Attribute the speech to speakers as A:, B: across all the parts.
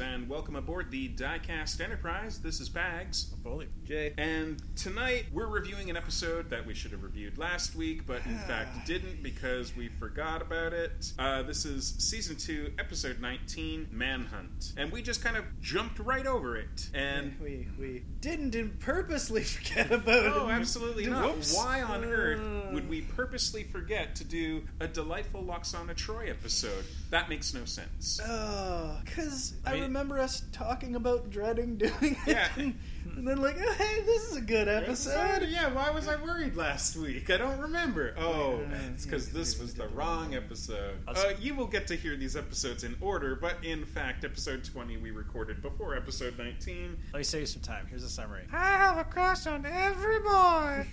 A: and welcome aboard the Diecast Enterprise. This is Bags.
B: Foley.
C: Jay.
A: And tonight we're reviewing an episode that we should have reviewed last week, but in fact didn't because we forgot about it. Uh, this is season two, episode 19, Manhunt. And we just kind of jumped right over it. And
C: we we didn't in- purposely forget about it.
A: no, oh, absolutely not.
C: Whoops.
A: Why on
C: Uh,
A: earth would we purposely forget to do a delightful Loxana Troy episode? That makes no sense.
C: Because Oh, I,
B: I mean-
C: remember us talking about dreading doing it,
A: Yeah.
C: and, and then like, oh, hey, this is a good episode.
A: Yeah, why was I worried last week? I don't remember. Oh,
C: Yeah,
A: it's because
C: yeah,
A: this
C: yeah,
A: was
C: yeah,
A: the
C: yeah.
A: wrong episode.
B: Us-
A: Uh, you will get to hear these episodes in order, but in fact, episode 20 we recorded before episode 19.
B: Let me save you some time. Here's a summary.
C: I have a crush on every boy.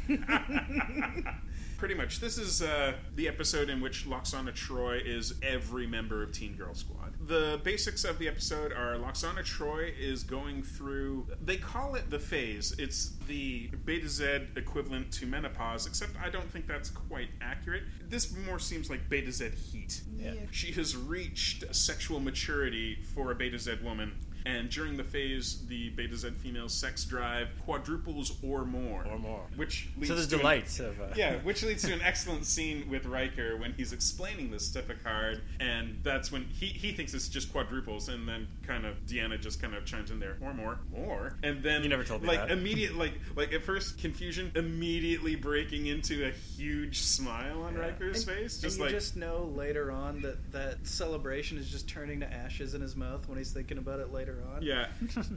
A: Pretty much. This is uh, the episode in which Loxana Troy is every member of Teen Girl Squad. The basics of the episode are Loxana Troy is going through, they call it the phase. It's the Beta Z equivalent to menopause, except I don't think that's quite accurate. This more seems like Beta Z heat.
B: Yeah.
A: She has reached sexual maturity for a Beta Z woman. And during the phase, the Beta Z female sex drive quadruples or more.
B: Or more.
A: Which leads
B: So there's
A: to an-
B: delights of. Uh,
A: yeah, which leads to an excellent scene with Riker when he's explaining this to Picard, and that's when he, he thinks it's just quadruples, and then kind of Deanna just kind of chimes in there, or more, more, and then
B: You never told me
A: like
B: that.
A: immediate like like at first confusion, immediately breaking into a huge smile on
B: Yeah.
A: Riker's face,
C: and
A: just
C: you
A: like
C: just know later on that that celebration is just turning to ashes in his mouth when he's thinking about it later on.
A: yeah,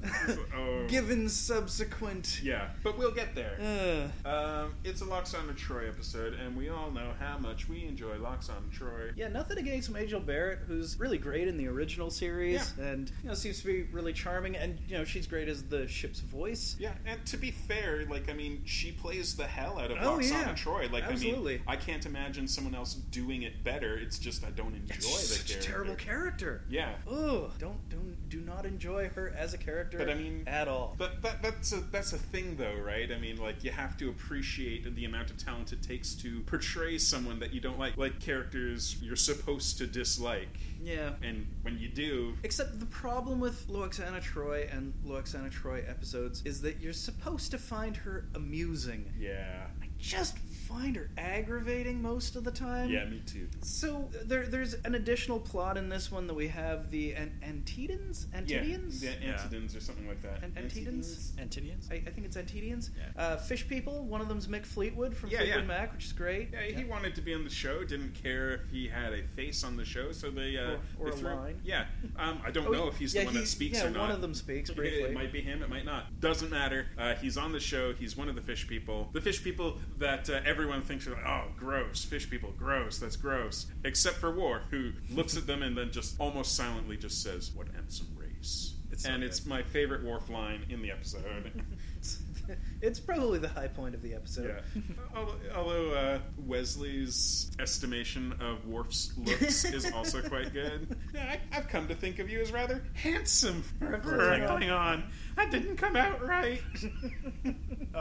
A: Oh.
C: Given subsequent.
A: yeah, but we'll get there.
C: Uh,
A: Um, it's a Loxana Troy episode, and we all know how much we enjoy Loxana Troy.
C: yeah, nothing against Majel Barrett, who's really great in the original series, and you know seems to be really charming, and you know she's great as the ship's voice.
A: Yeah, and to be fair, like I mean, she plays the hell out of
C: Oh,
A: Roxana
C: yeah.
A: Troy. Like I
C: Absolutely.
A: mean, I can't imagine someone else doing it better. It's just I don't enjoy
C: She's
A: the
C: such
A: character.
C: a terrible character.
A: Yeah,
C: Ugh, don't don't do not enjoy her as a character.
A: But I mean-
C: at all.
A: but that, that's a that's a thing though, right? I mean, like you have to appreciate the amount of talent it takes to portray someone that you don't like, like characters you're supposed to dislike.
C: yeah.
A: And when you do,
C: Except the problem with Loxana Troy and Loxana Troy episodes is that you're supposed to find her amusing.
A: yeah,
C: I just find her aggravating most of the time.
A: yeah, me too.
C: So there, there's an additional plot in this one that we have the an- Antedians, Antedians,
A: Yeah, the
B: Yeah.
A: Antedians or something like that.
C: An- Antedians?
B: Antidians?
C: I, I think it's Antedians.
B: Yeah.
C: Uh, fish people. One of them's Mick Fleetwood from
A: Yeah,
C: Fleetwood
A: yeah.
C: Mac, which is great.
A: Yeah, he wanted to be on the show. Didn't care if he had a face on the show, so they uh,
C: Or- or
A: they
C: a
A: threw-
C: line.
A: Yeah, um, I don't
C: Oh,
A: know if he's
C: yeah,
A: the one
C: he-
A: that speaks
C: yeah,
A: or not.
C: one of them speaks
A: It-
C: briefly.
A: It might be him. It might not. Doesn't matter. Uh, he's on the show. He's one of the fish people. The fish people that uh, everyone thinks are like, oh, gross. Fish people, gross. That's gross. Except for War, who looks at them and then just almost silently just says, "What handsome race."
B: It's so
A: and
B: good.
A: it's my favorite Worf line in the episode.
C: it's probably the high point of the episode.
A: Yeah. Al- Although uh, Wesley's estimation of Worf's looks is also quite good. Yeah, I, I've come to think of you as rather handsome for a
C: Klingon.
A: Klingon. That didn't come out right.
B: Uh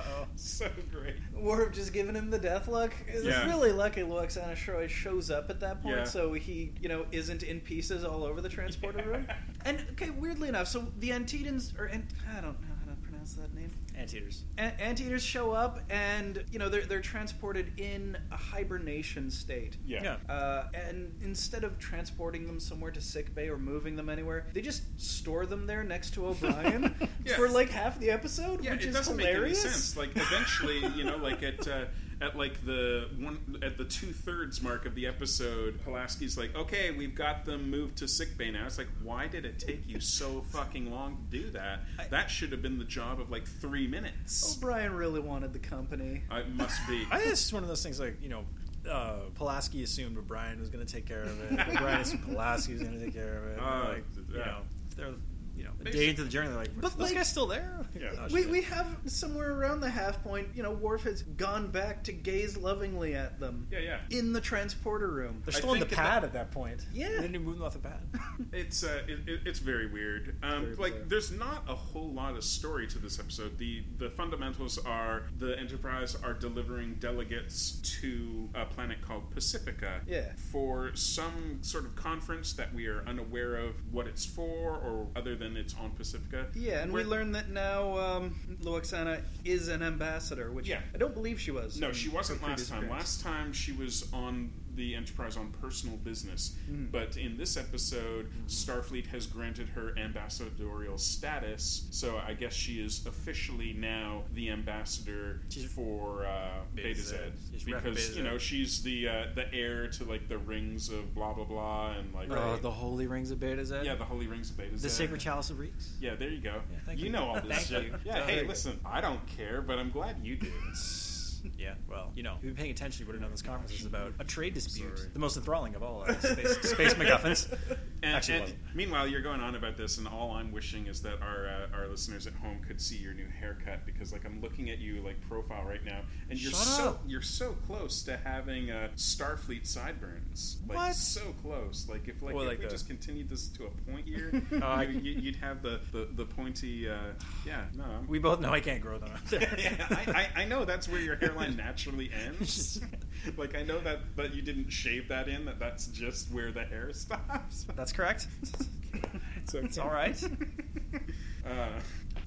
B: oh.
A: so great.
C: Worf just giving him the death look. It's
A: Yeah.
C: really lucky Loxana Troy shows up at that point,
A: Yeah.
C: so he, you know, isn't in pieces all over the transporter
A: Yeah.
C: room. And okay, weirdly enough, so the Antedians, or Ant- I don't know how to pronounce that name.
B: Anteaters.
C: A- anteaters show up, and you know they're they're transported in a hibernation state.
A: Yeah.
B: Yeah.
C: Uh, and instead of transporting them somewhere to sick bay or moving them anywhere, they just store them there next to O'Brien
A: Yeah.
C: for like half the episode,
A: Yeah,
C: which
A: it
C: is
A: doesn't
C: hilarious.
A: make any sense. Like eventually, you know, like at uh, at like the one at the two thirds mark of the episode, Pulaski's like, "Okay, we've got them moved to sickbay now." It's like, why did it take you so fucking long to do that?
C: I- Oh,
A: that should have been the job of like three minutes.
C: O'Brien really wanted the company.
A: I must be.
B: I think this is one of those things like, you know, uh, Pulaski assumed O'Brien was going to take care of it. O'Brien assumed Pulaski was going to take care of it.
A: Uh,
B: like, you
A: yeah.
B: know, if they're, you know, a
A: They
B: day
A: should-
B: into the journey, they're like,
C: But,
B: this
C: like-
B: guy's still there?
A: Yeah.
B: Oh,
C: we,
B: shit.
C: we have somewhere around the half point, you know, Worf has gone back to gaze lovingly at them
A: yeah, yeah.
C: in the transporter room.
B: They're
A: I
B: still in the
A: think at
B: pad
A: the-
B: at that point.
C: Yeah.
B: They didn't even move them off the pad.
A: It's uh, it, it- it's very weird. Um,
C: Very
A: like,
C: bizarre.
A: there's not a whole lot of story to this episode. the The fundamentals are the Enterprise are delivering delegates to a planet called Pacifica.
C: Yeah.
A: For some sort of conference that we are unaware of what it's for, or other than than it's on Pacifica.
C: Yeah, and
A: Where-
C: we learned that now um, Loxana is an ambassador, which
A: Yeah.
C: I don't believe she was.
A: No,
C: in
A: she wasn't
C: her
A: last
C: previous
A: time.
C: appearance.
A: Last time she was on the Enterprise on personal business.
B: Hmm.
A: But in this episode, Starfleet has granted her ambassadorial status, so I guess she is officially now the ambassador
B: She's-
A: for uh,
B: Beta
A: Beta Z.
B: Z. She's repping
A: Because
B: Beta
A: you know
B: Z.
A: she's the uh, the heir to like the rings of blah blah blah and like
B: Uh,
C: Right.
B: the holy rings of Beta Z.
A: yeah the holy rings of Beta Z.
B: the sacred chalice of reeks.
A: Yeah, there you go.
B: Yeah, thank
A: you,
B: you.
A: know all this
B: Thank
A: shit.
B: you.
A: Yeah,
B: Yeah,
A: hey,
B: there you
A: listen, I don't care, but I'm glad you do.
B: Yeah, well, you know, if you've been paying attention, you would have known this conference is about a trade dispute,
C: Sorry.
B: the most enthralling of all uh, space, space MacGuffins.
A: And,
B: Actually,
A: and
B: it wasn't.
A: meanwhile, you're going on about this, and all I'm wishing is that our uh, our listeners at home could see your new haircut because, like, I'm looking at you like profile right now, and you're
B: Shut
A: so
B: up.
A: you're so close to having uh, Starfleet sideburns. Like,
B: What?
A: So close. Like, if like,
B: Well,
A: if
B: like
A: we
B: the- Uh,
A: just continued this to a point here,
B: I-
A: you, you, you'd have the the, the pointy. Uh, yeah, no, I'm,
B: We both know I can't grow them.
A: yeah, I, I, I know that's where your hairline naturally ends. like I know that that you didn't shave that in. That that's just where the hair stops.
B: That's correct.
A: It's okay.
B: It's all right.
A: Uh,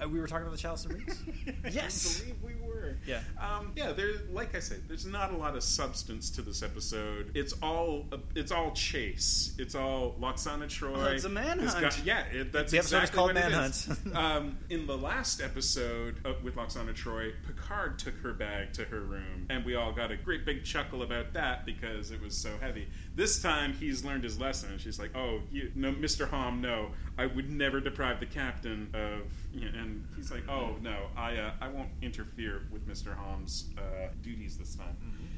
B: Uh, we were talking about the chalice of reeks.
C: Yes.
A: I believe we were.
B: Yeah.
A: Um, yeah. There, like I said, there's not a lot of substance to this episode. It's all it's all chase. It's all Loxana Troy.
C: Well, Oh, it's a
A: this
C: manhunt.
A: guy- yeah. It, that's
B: The episode is
A: exactly
B: called
A: what it is.
B: Manhunt.
A: um, in the last episode uh, with Loxana Troy, Picard took her bag to her room, and we all got a great big chuckle about that because it was so heavy. This time, he's learned his lesson, and she's like, "Oh, you, no, Mr. Hom, no, I would never deprive the captain of." You know, and he's like, "Oh no, I, uh, I won't interfere with Mr. Hom's uh, duties this time."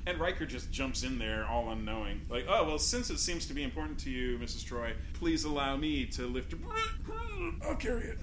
A: And Riker just jumps in there, all unknowing, like, "Oh well, since it seems to be important to you, Mrs. Troy, please allow me to lift. Your... I'll carry it."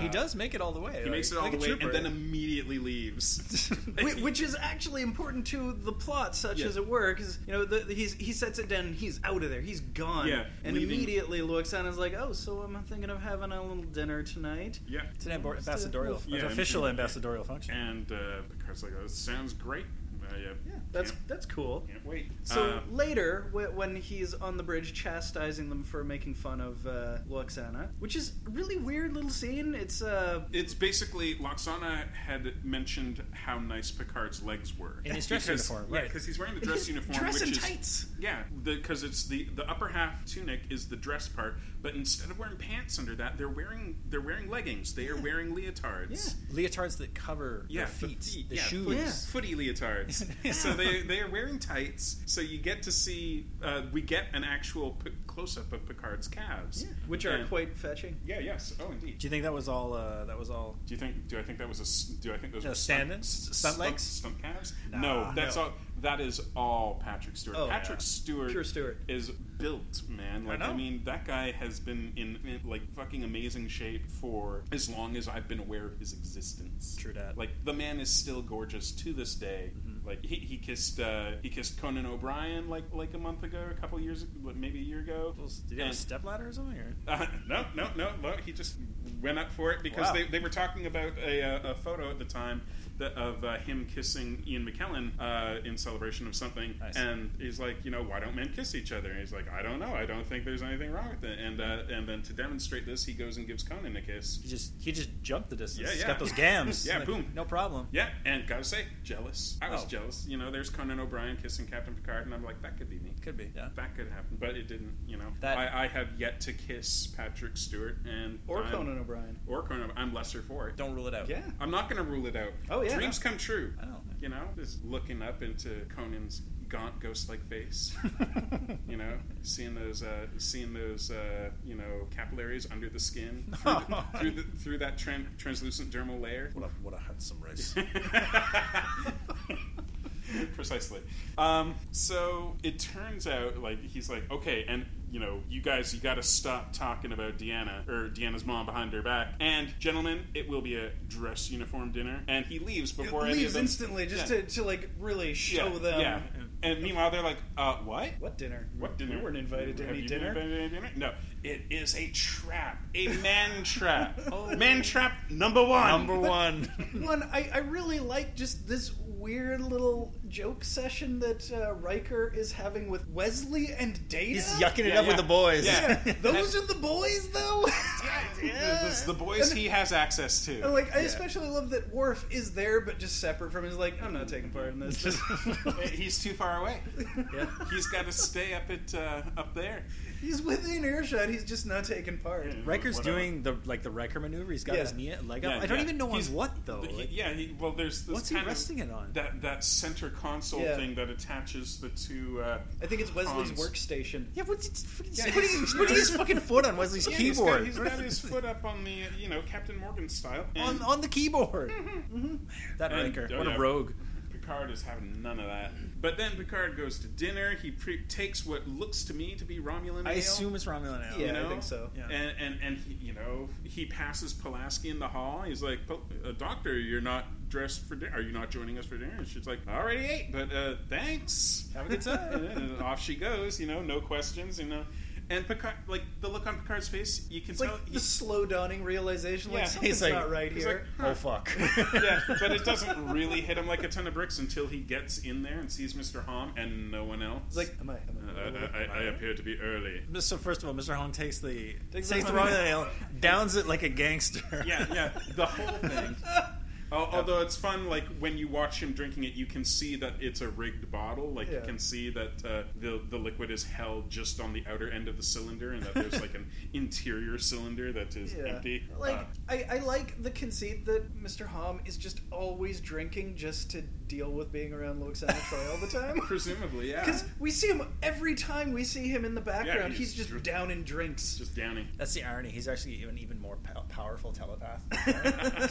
B: he does make it all the way.
A: Uh, He makes it all the way and then immediately leaves.
C: Whi- Which is actually important to the plot, such
A: Yeah.
C: as it were, because you know the, he's he sets it down, and he's out of there, he's gone,
A: Yeah,
C: and
A: leaving-
C: immediately Loxana's like, "Oh, so I'm thinking of having a little dinner tonight."
A: yeah.
B: it's an ambor- ambassadorial,
C: Yeah,
B: it's
A: I'm
B: an official
A: sure.
B: ambassadorial function.
A: And uh, Picard's like, oh, "This sounds great. I, uh,
C: Yeah, that's
A: can't,
C: that's cool.
A: can't wait."
C: So
A: Uh,
C: later, wh- when he's on the bridge chastising them for making fun of uh, Loxana, which is a really weird little scene. It's uh,
A: it's basically Loxana had mentioned how nice Picard's legs were
B: In his dress
A: Because-
B: uniform,
A: yeah,
B: right.
A: Because he's wearing the dress uniform,
C: dress
A: which
C: and
A: is
C: tights.
A: yeah, because it's the the upper half tunic is the dress part, but instead of wearing pants under that, they're wearing they're wearing leggings. They are wearing leotards.
C: Yeah.
B: Leotards that cover
A: yeah,
B: their feet, the,
A: yeah,
B: shoes.
A: Footy,
C: Yeah.
A: footy leotards.
B: Yeah.
A: So they they are wearing tights. So you get to see uh, we get an actual p- close up of Picard's calves,
C: which are
A: And-
C: quite fetching.
A: yeah yes oh indeed.
B: Do you think that was all? Uh, that was all.
A: Do you think? Do I think that was a? s- Do I think those
B: No,
A: were
B: stand-ins?
A: Stunt,
B: Stunt legs?
A: Stunt calves?
B: Nah.
A: no, that's
B: No.
A: all. That is all Patrick Stewart.
C: Oh,
A: Patrick
B: yeah.
A: Stewart,
C: Pure Stewart.
A: is built, man. Like I,
B: know.
A: mean, that guy has been in, in like fucking amazing shape for as long as I've been aware of his existence.
B: True dat.
A: Like the man is still gorgeous to this day. Like he, he kissed uh, he kissed Conan O'Brien like like a month ago, a couple years, ago, maybe a year ago.
B: Did he have a
A: And-
B: step ladder or something? Or?
A: uh, no, no, no, no. He just went up for it because
B: Wow.
A: they, they were talking about a, uh, a photo at the time that, of uh, him kissing Ian McKellen uh, in celebration of something.
B: Nice.
A: And he's like, you know, why don't men kiss each other? And he's like, I don't know. I don't think there's anything wrong with it. And uh, and then to demonstrate this, he goes and gives Conan a kiss.
B: He just he just jumped the distance.
A: Yeah,
B: He's
A: yeah.
B: got those gams.
A: Yeah,
B: Like,
A: boom.
B: No problem.
A: Yeah, and gotta say, jealous. I was
B: Oh.
A: jealous. You know, there's Conan O'Brien kissing Captain Picard, and I'm like, that could be me.
B: Could be. Yeah.
A: That could happen, but it didn't. You know,
B: That-
A: I, I have yet to kiss Patrick Stewart and
C: Or
A: I'm-
C: Conan O'Brien.
A: or Conan. I'm lesser for it.
B: Don't rule it out.
C: Yeah.
A: I'm not going to rule it out.
C: Oh, yeah.
A: dreams come true.
B: I don't know.
A: You know, just looking up into Conan's gaunt, ghost-like face. you know, seeing those, uh, seeing those, uh, you know, capillaries under the skin through, the, through, the, through that tran- translucent dermal layer.
B: What a what a handsome race.
A: Precisely. Um, so it turns out, like, he's like, okay, and you know, you guys, you got to stop talking about Deanna or Deanna's mom behind her back. And gentlemen, it will be a dress uniform dinner. And he leaves before any of
C: leaves
A: them
C: instantly just
A: Yeah.
C: to, to like really
A: yeah,
C: show them.
A: Yeah. And meanwhile, they're like, uh, what?
C: What dinner?
A: What dinner?
C: We weren't invited to
A: Have
C: any
A: you been
C: dinner.
A: invited to any dinner? No, it is a trap, a man trap,
B: Oh.
A: man trap number one.
B: Number one.
C: One, I, I really like just this weird little joke session that uh, Riker is having with Wesley and Data.
B: He's yucking it
A: Yeah,
B: up
A: yeah.
B: with the boys.
A: Yeah.
C: Those are the boys, though. yeah.
A: This is the boys
C: And-
A: he has access to.
C: and, like I especially love that Worf is there but just separate from. Him. He's like, I'm not taking part in this.
A: Uh, He's too far away.
B: Yeah.
A: He's got to stay up at uh, up there.
C: He's within earshot. He's just not taking part.
A: Yeah.
B: Riker's
A: Whatever.
B: doing the like the Riker maneuver. He's got
C: Yeah.
B: his knee leg up.
A: Yeah,
B: I don't
A: yeah.
B: even know on
A: He's-
B: what though.
A: He-
B: Like,
A: yeah, he, well, there's this
B: what's he
A: kind
B: resting
A: of
B: it on?
A: that that center console
C: Yeah.
A: thing that attaches the two. Uh,
C: I think it's Wesley's
A: Cons.
C: workstation.
B: yeah, what's he, he's
A: Yeah,
B: putting,
A: he's-
B: he's putting his fucking foot on Wesley's
A: yeah, he's got-
B: keyboard
A: He's got, his foot up on the uh, you know Captain Morgan style.
B: on
A: and
B: on the keyboard. Mm-hmm. That
A: And-
B: Riker,
A: oh,
B: what
A: yeah.
B: a rogue.
A: Picard is having none of that. But then Picard goes to dinner. He pre- takes what looks to me to be Romulan.
B: I
A: ale.
B: assume it's Romulan ale.
C: Yeah,
A: you know?
C: I think so.
B: Yeah.
A: And and and he, you know he passes Pulaski in the hall. He's like, "Po- uh, "Doctor, you're not dressed for dinner. Are you not joining us for dinner?" And she's like, "I already ate, but uh, thanks. Have a good time." and off she goes. You know, no questions. You know, and Picard, like the look on Picard's face, you can
C: It's
A: tell.
C: like the
A: he's,
C: slow dawning realization, like
A: Yeah.
C: something's
B: He's like-
C: not right
A: he's
C: here.
A: like,
B: Oh fuck.
A: yeah, but it doesn't really hit him like a ton of bricks until he gets in there and sees Mr. Hom and no one else.
C: It's like, am I? Am
A: Uh,
C: I,
A: I, I, I appear to be early.
B: So first of all, Mr. Hong takes the takes,
C: the
B: the
C: Romulan
B: Romulan ale, downs it like a gangster.
A: yeah, yeah, the whole thing. Al- Although it's fun, like when you watch him drinking it, you can see that it's a rigged bottle. Like you
C: Yeah.
A: can see that uh, the the liquid is held just on the outer end of the cylinder, and that there's like an interior cylinder that is
C: yeah.
A: empty.
C: Like,
A: Uh,
C: I, I like the conceit that Mr. Hom is just always drinking just to deal with being around Loxana Troy all the time.
A: presumably, yeah,
C: Because we see him every time we see him in the background,
A: he's
C: he's, just
A: dr-
C: down in drinks.
A: just downing.
B: That's the irony. He's actually an even more pow- powerful telepath.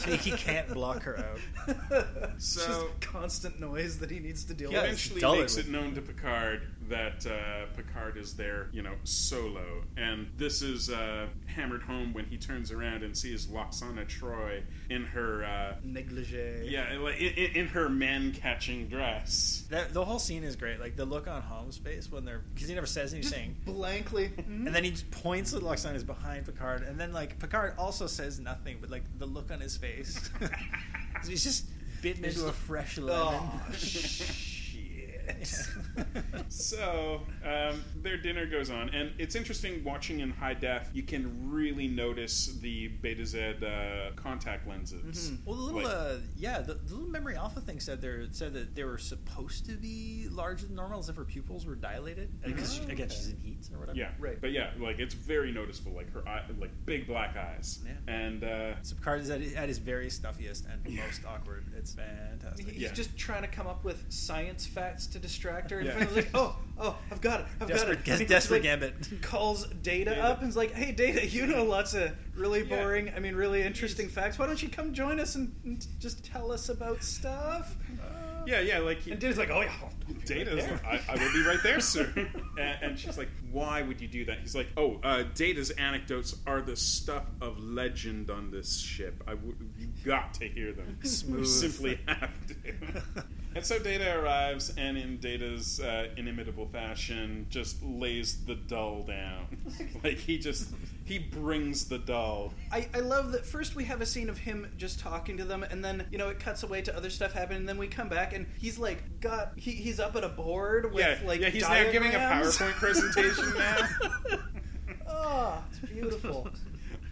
B: so he can't block her out.
C: It's
A: So-
C: just constant noise that he needs to deal
B: Yeah,
C: with.
B: it's
A: eventually
B: dull
A: makes
B: it
A: it known to Picard that uh, Picard is there, you know, solo. And this is uh, hammered home when he turns around and sees Loxana Troy in her uh,
C: negligee.
A: Yeah, like in, in, in her man catching dress.
B: That, the whole scene is great. Like the look on Holmes' face when they're because he never says
C: Just
B: anything,
C: blankly.
B: and then he just points at Loxana's behind Picard, and then like Picard also says nothing, but like the look on his face, he's just bitten
C: It's
B: into a
C: like,
B: fresh lemon.
C: Oh, shit.
A: So um, their dinner goes on, and it's interesting watching in high def. You can really notice the Beta Z uh, contact lenses.
B: Well, the little
A: Like-
B: uh, yeah, the, the little memory alpha thing said there said that they were supposed to be larger than normal, as if her pupils were dilated because she- again she's in heat or whatever.
A: yeah,
C: Right.
A: But yeah, like it's very noticeable. Like her eye, like big black eyes,
B: Yeah.
A: and uh,
B: So Picard is at, at his very stuffiest and
A: Yeah.
B: most awkward. It's fantastic.
C: He's
A: Yeah.
C: just trying to come up with science facts to distract her. And
A: Yeah.
C: finally, like, oh, oh, I've got it. I've
B: Desperate,
C: got it.
B: guess,
C: He's
B: desperate
C: like,
B: gambit.
C: Calls Data,
A: Data.
C: up and is like, hey, Data, you know lots of really
A: Yeah.
C: boring, I mean, really interesting facts. Why don't you come join us and, and just tell us about stuff?
A: yeah, yeah, like he,
C: And Data's like, oh, yeah.
A: Data, is
C: There.
A: like, I, I will be right there, sir. and, and she's like, "Why would you do that?" He's like, "Oh, uh, Data's anecdotes are the stuff of legend on this ship. I w- you got to hear them. You
B: Smooth.
A: simply have to." and so Data arrives, and in Data's uh, inimitable fashion, just lays the doll down. like he just he brings the doll.
C: I, I love that first we have a scene of him just talking to them and then you know it cuts away to other stuff happening and then we come back and he's like got he, he's up at a board with
A: Yeah,
C: like
A: yeah. He's now giving a
C: diagrams.
A: PowerPoint presentation now.
C: oh it's beautiful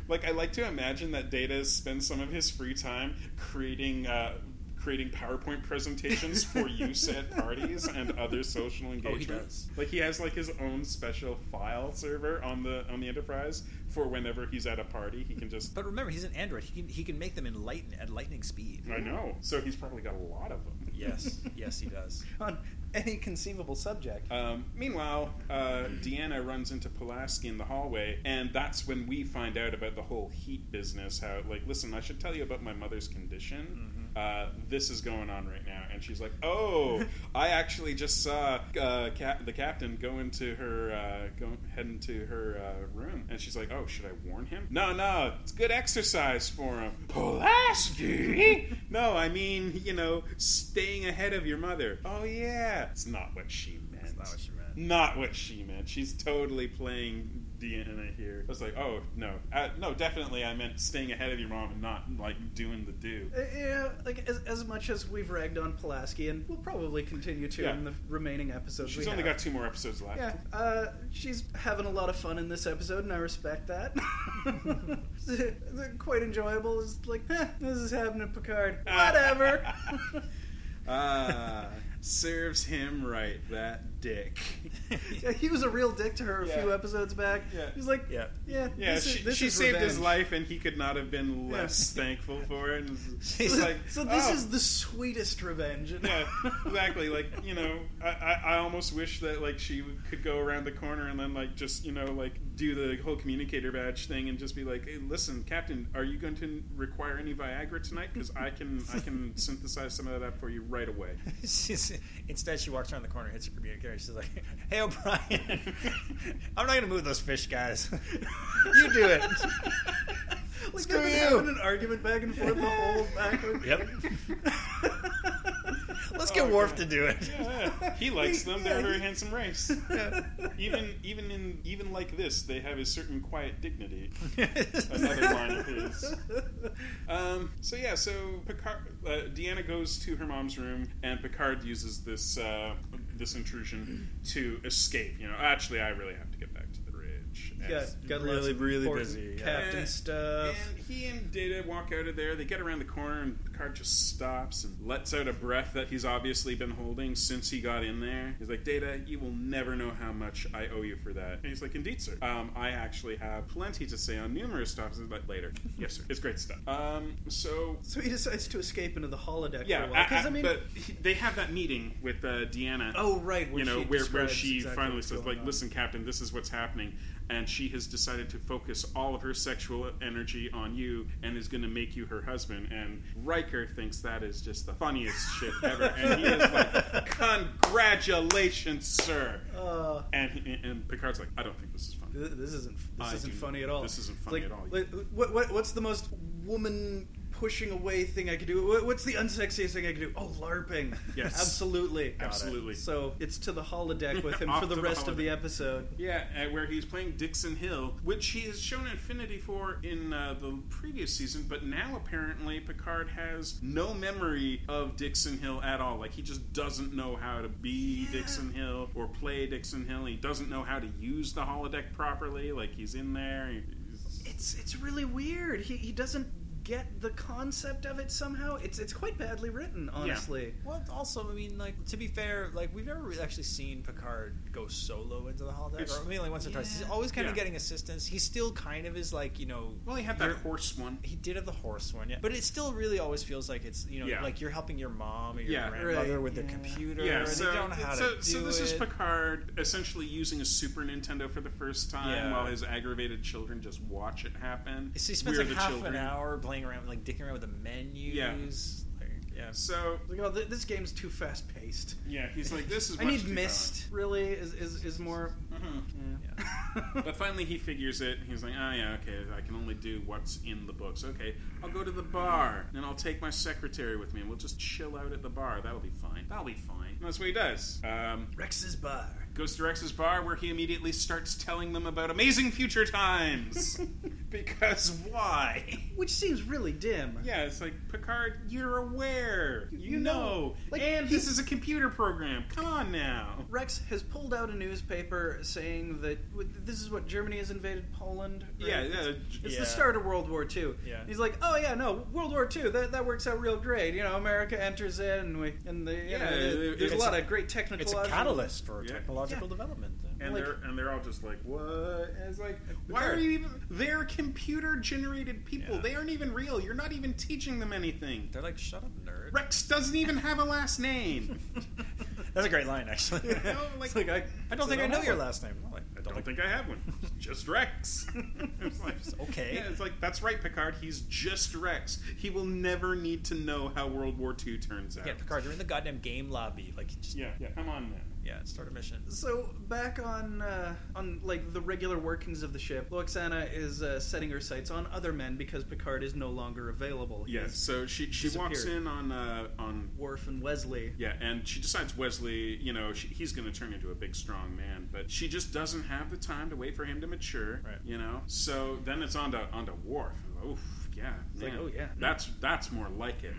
A: Like I like to imagine that Data spends some of his free time creating uh, creating PowerPoint presentations for use at parties and other social engagements. Like he has like his own special file server on the on the Enterprise for whenever he's at a party, he can just.
B: But remember, he's an android. He can he can make them in light at lightning speed.
A: I know. So he's probably got a lot of them.
B: Yes, yes, he does.
C: on any conceivable subject
A: Um, meanwhile, uh, Deanna runs into Pulaski in the hallway, and that's when we find out about the whole heat business. How, like, listen, I should tell you about my mother's condition. Uh, this is going on right now. And she's like, oh, I actually just saw uh, cap- the captain go into her, uh, go head into her uh, room. And she's like, oh, should I warn him? No, no, it's good exercise for him. Pulaski? no, I mean, you know, staying ahead of your mother. Oh, yeah. It's not what she meant.
B: That's not what she meant.
A: Not what she meant. She's totally playing DNA here. It's like, oh no, uh, no, definitely. I meant staying ahead of your mom and not like doing the do.
C: Uh, yeah, like as, as much as we've ragged on Pulaski, and we'll probably continue to
A: Yeah.
C: in the remaining episodes.
A: She's
C: we
A: only
C: have.
A: got two more episodes left.
C: Yeah, uh, she's having a lot of fun in this episode, and I respect that. It's Quite enjoyable. It's like, "Huh, this is happening to Picard. Whatever.
A: Ah, serves him right, that dick.
C: Yeah, he was a real dick to her a few
A: Yeah.
C: episodes back.
A: Yeah.
C: He's like, yeah, yeah,
B: Yeah.
A: Yeah,
C: this is-
A: she,
C: this
A: she
C: is
A: saved his
C: revenge."
A: life, and he could not have been less thankful for it. And
B: She's
A: it's
C: So-
A: like,
C: so this
A: oh.
C: is the sweetest revenge.
A: yeah, exactly. Like you know, I, I, I almost wish that like she could go around the corner and then like just you know like do the whole communicator badge thing and just be like, hey, listen, Captain, are you going to require any Viagra tonight? Because I can I can synthesize some of that for you right away.
B: She's, instead, she walks around the corner, hits her communicator. She's like, "Hey, O'Brien, I'm not gonna move those fish guys. you do it."
C: like
B: Screw
C: they've been
B: you.
C: having an argument back and forth the whole backward.
B: Yep. Let's get
A: Oh,
B: Worf
A: God.
B: to do it.
A: Yeah, yeah. he likes them. They're a very handsome race.
B: Yeah.
A: Even even in even like this, they have a certain quiet dignity. Another line of his. Um, so yeah, so Picard, uh, Deanna goes to her mom's room, and Picard uses this uh, this intrusion to escape. You know, actually, I really have to get back to the ridge. And-
C: Got, got
B: Really,
C: lots of
B: really
C: important
B: busy, yeah.
C: Captain
A: Yeah.
C: stuff.
A: And he and Data walk out of there. They get around the corner, and Picard just stops and lets out a breath that he's obviously been holding since he got in there. He's like, Data, you will never know how much I owe you for that. And he's like, Indeed, sir. Um, I actually have plenty to say on numerous topics, but later. yes, sir. It's great stuff. Um, so
C: So he decides to escape into the holodeck
A: Yeah,
C: for a while.
A: I- I-
C: Because I mean,
A: but he- they have that meeting with uh, Deanna.
C: oh right, where
A: you know
C: she
A: where, where
C: describes
A: she
C: exactly
A: finally
C: what's
A: says,
C: going
A: like,
C: on.
A: "Listen, Captain, this is what's happening," and she has decided to focus all of her sexual energy on you and is going to make you her husband. And Riker thinks that is just the funniest shit ever, and he is like, "Congratulations, sir!"
C: Uh,
A: And he- and Picard's like, "I don't think this is funny."
C: th- this isn't this
A: I
C: isn't
A: do-
C: funny at all.
A: this isn't
C: It's
A: funny
C: like-
A: at all.
C: like, what, what what's the most woman pushing away thing I could do? What, what's the unsexiest thing I could do? Oh, larping.
A: Yes.
C: absolutely,
A: Got it. Absolutely.
C: So it's to the holodeck with him
A: Off
C: for the
A: to the
C: rest of the
A: holodeck.
C: episode.
A: Yeah, uh, where he's playing Dixon Hill, which he has shown affinity for in uh, the previous season, but now apparently Picard has no memory of Dixon Hill at all. Like, he just doesn't know how to be Dixon Hill or play Dixon Hill. He doesn't know how to use the holodeck properly. Like, he's in there. He's,
C: It's it's really weird. He he doesn't get the concept of it somehow. It's it's quite badly written, honestly.
B: Well, also, I mean, like to be fair, like we've never really actually seen Picard go solo into the holodeck.
A: It's-
B: Or, I mean, like once or twice. He's
C: Yeah.
B: always kind
A: Yeah.
B: of getting assistance. He still kind of is like you know.
A: well, he had that horse one.
B: He did have the horse one, yeah. But it still really always feels like it's you know
A: Yeah.
B: like you're helping your mom or your
A: Yeah.
B: grandmother
C: Right.
B: with
C: Yeah.
B: their computer.
A: Yeah,
B: and
A: so,
B: they don't know how
A: so,
B: to do
A: so this is
B: it.
A: Picard essentially using a Super Nintendo for the first time
B: Yeah.
A: while his aggravated children just watch it happen.
B: So he spends
A: We're
B: like
A: the
B: half
A: children.
B: an hour playing around, like dicking around with the menus.
A: Yeah.
B: Like, yeah.
A: So
C: Like, oh, th- this game's too fast paced.
A: Yeah, he's like, this is.
C: I
A: much
C: need
A: too
C: mist. Really, is is is more.
A: violent.
C: Yeah.
A: Mhm. But finally, he figures it. He's like, oh yeah, okay, I can only do what's in the books. Okay, I'll go to the bar and I'll take my secretary with me, and we'll just chill out at the bar. That'll be fine. That'll be fine. And that's what he does. Um,
C: Rex's bar.
A: goes to Rex's bar, where he immediately starts telling them about amazing future times. because why?
C: Which seems really dim.
A: Yeah, it's like Picard, you're aware, you,
C: you
A: know,
C: know. Like,
A: and
C: he-
A: this is a computer program. Come on now.
C: Rex has pulled out a newspaper saying that w- this is what Germany has invaded Poland. right?
A: Yeah, yeah.
C: It's
B: Yeah.
C: the start of World War II.
B: Yeah.
C: He's like, oh yeah, no, World War II. That, that works out real great. You know, America enters in, and we and the you
A: Yeah,
C: know, the-
A: it-
C: there's a
A: it's
C: lot
A: a-
C: of great technical.
B: It's a catalyst for
A: Yeah.
B: technological
C: Yeah.
B: development. Then.
A: And
C: Like-
A: they're and they're all just like, what? And it's like, why
B: Picard.
A: are you even? They're computer generated people.
B: Yeah.
A: They aren't even real. You're not even teaching them anything.
B: They're like, shut up, nerd.
A: Rex doesn't even have a last name.
B: That's a great line, actually.
A: You know, like,
C: It's like I,
B: I don't think I
C: don't
B: know
C: know
B: your
C: it.
B: last name. I'm like, I
A: I
B: don't
A: don't
B: like
A: think I have one. Just Rex. It's like,
B: Okay.
A: Yeah, it's like that's right, Picard. He's just Rex. He will never need to know how World War II turns out.
B: Yeah, Picard, you're in the goddamn game lobby. Like, just,
A: Yeah, yeah. Come on now.
B: Yeah, start a mission.
C: So back on uh, on like the regular workings of the ship, Loxana is uh, setting her sights on other men because Picard is no longer available.
A: Yeah,
C: He's
A: so she she walks
C: disappeared.
A: in on uh, on
C: Worf and Wesley.
A: yeah, and she decides Wesley, you know, she, he's going to turn into a big strong man, but she just doesn't have the time to wait for him to mature,
B: Right.
A: you know. So then it's on to on to Worf. Oof, yeah,
C: It's like,
A: man.
C: oh, yeah.
A: that's that's more like it.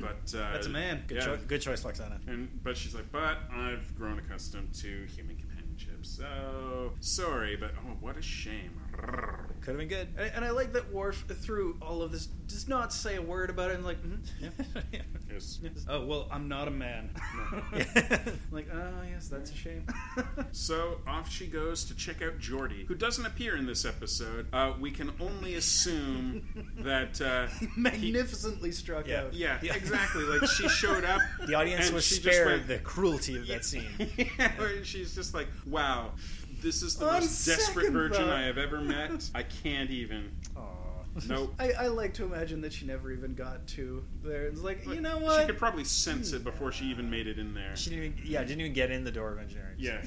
A: But uh,
C: That's a man.
B: Good,
A: yeah.
B: choi- good choice, Loxana.
A: And but she's like, but I've grown accustomed to human companionship, so sorry, but oh, what a shame.
B: Could have been good.
C: And, and I like that Worf through all of this does not say a word about it. And like, mhm.
A: Yes.
C: oh well, I'm not a man.
B: Yeah.
C: like, oh yes, that's a shame.
A: So off she goes to check out Jordy, who doesn't appear in this episode. Uh, we can only assume that. Uh,
C: Magnificently struck
B: Yeah.
C: out.
A: yeah, exactly. Like she showed up.
B: The audience
A: and
B: was
A: she just
B: spared
A: went-
B: the cruelty of that scene.
A: yeah, where she's just like, wow, this is the
C: On
A: most desperate
C: second
A: virgin
C: thought.
A: I have ever met. I can't even. Nope.
C: I, I like to imagine that she never even got to there. It's like, you know
A: She
C: what?
A: could probably sense it before she even made it in there.
B: She didn't even, yeah, didn't even get in the door of engineering.
A: Yeah.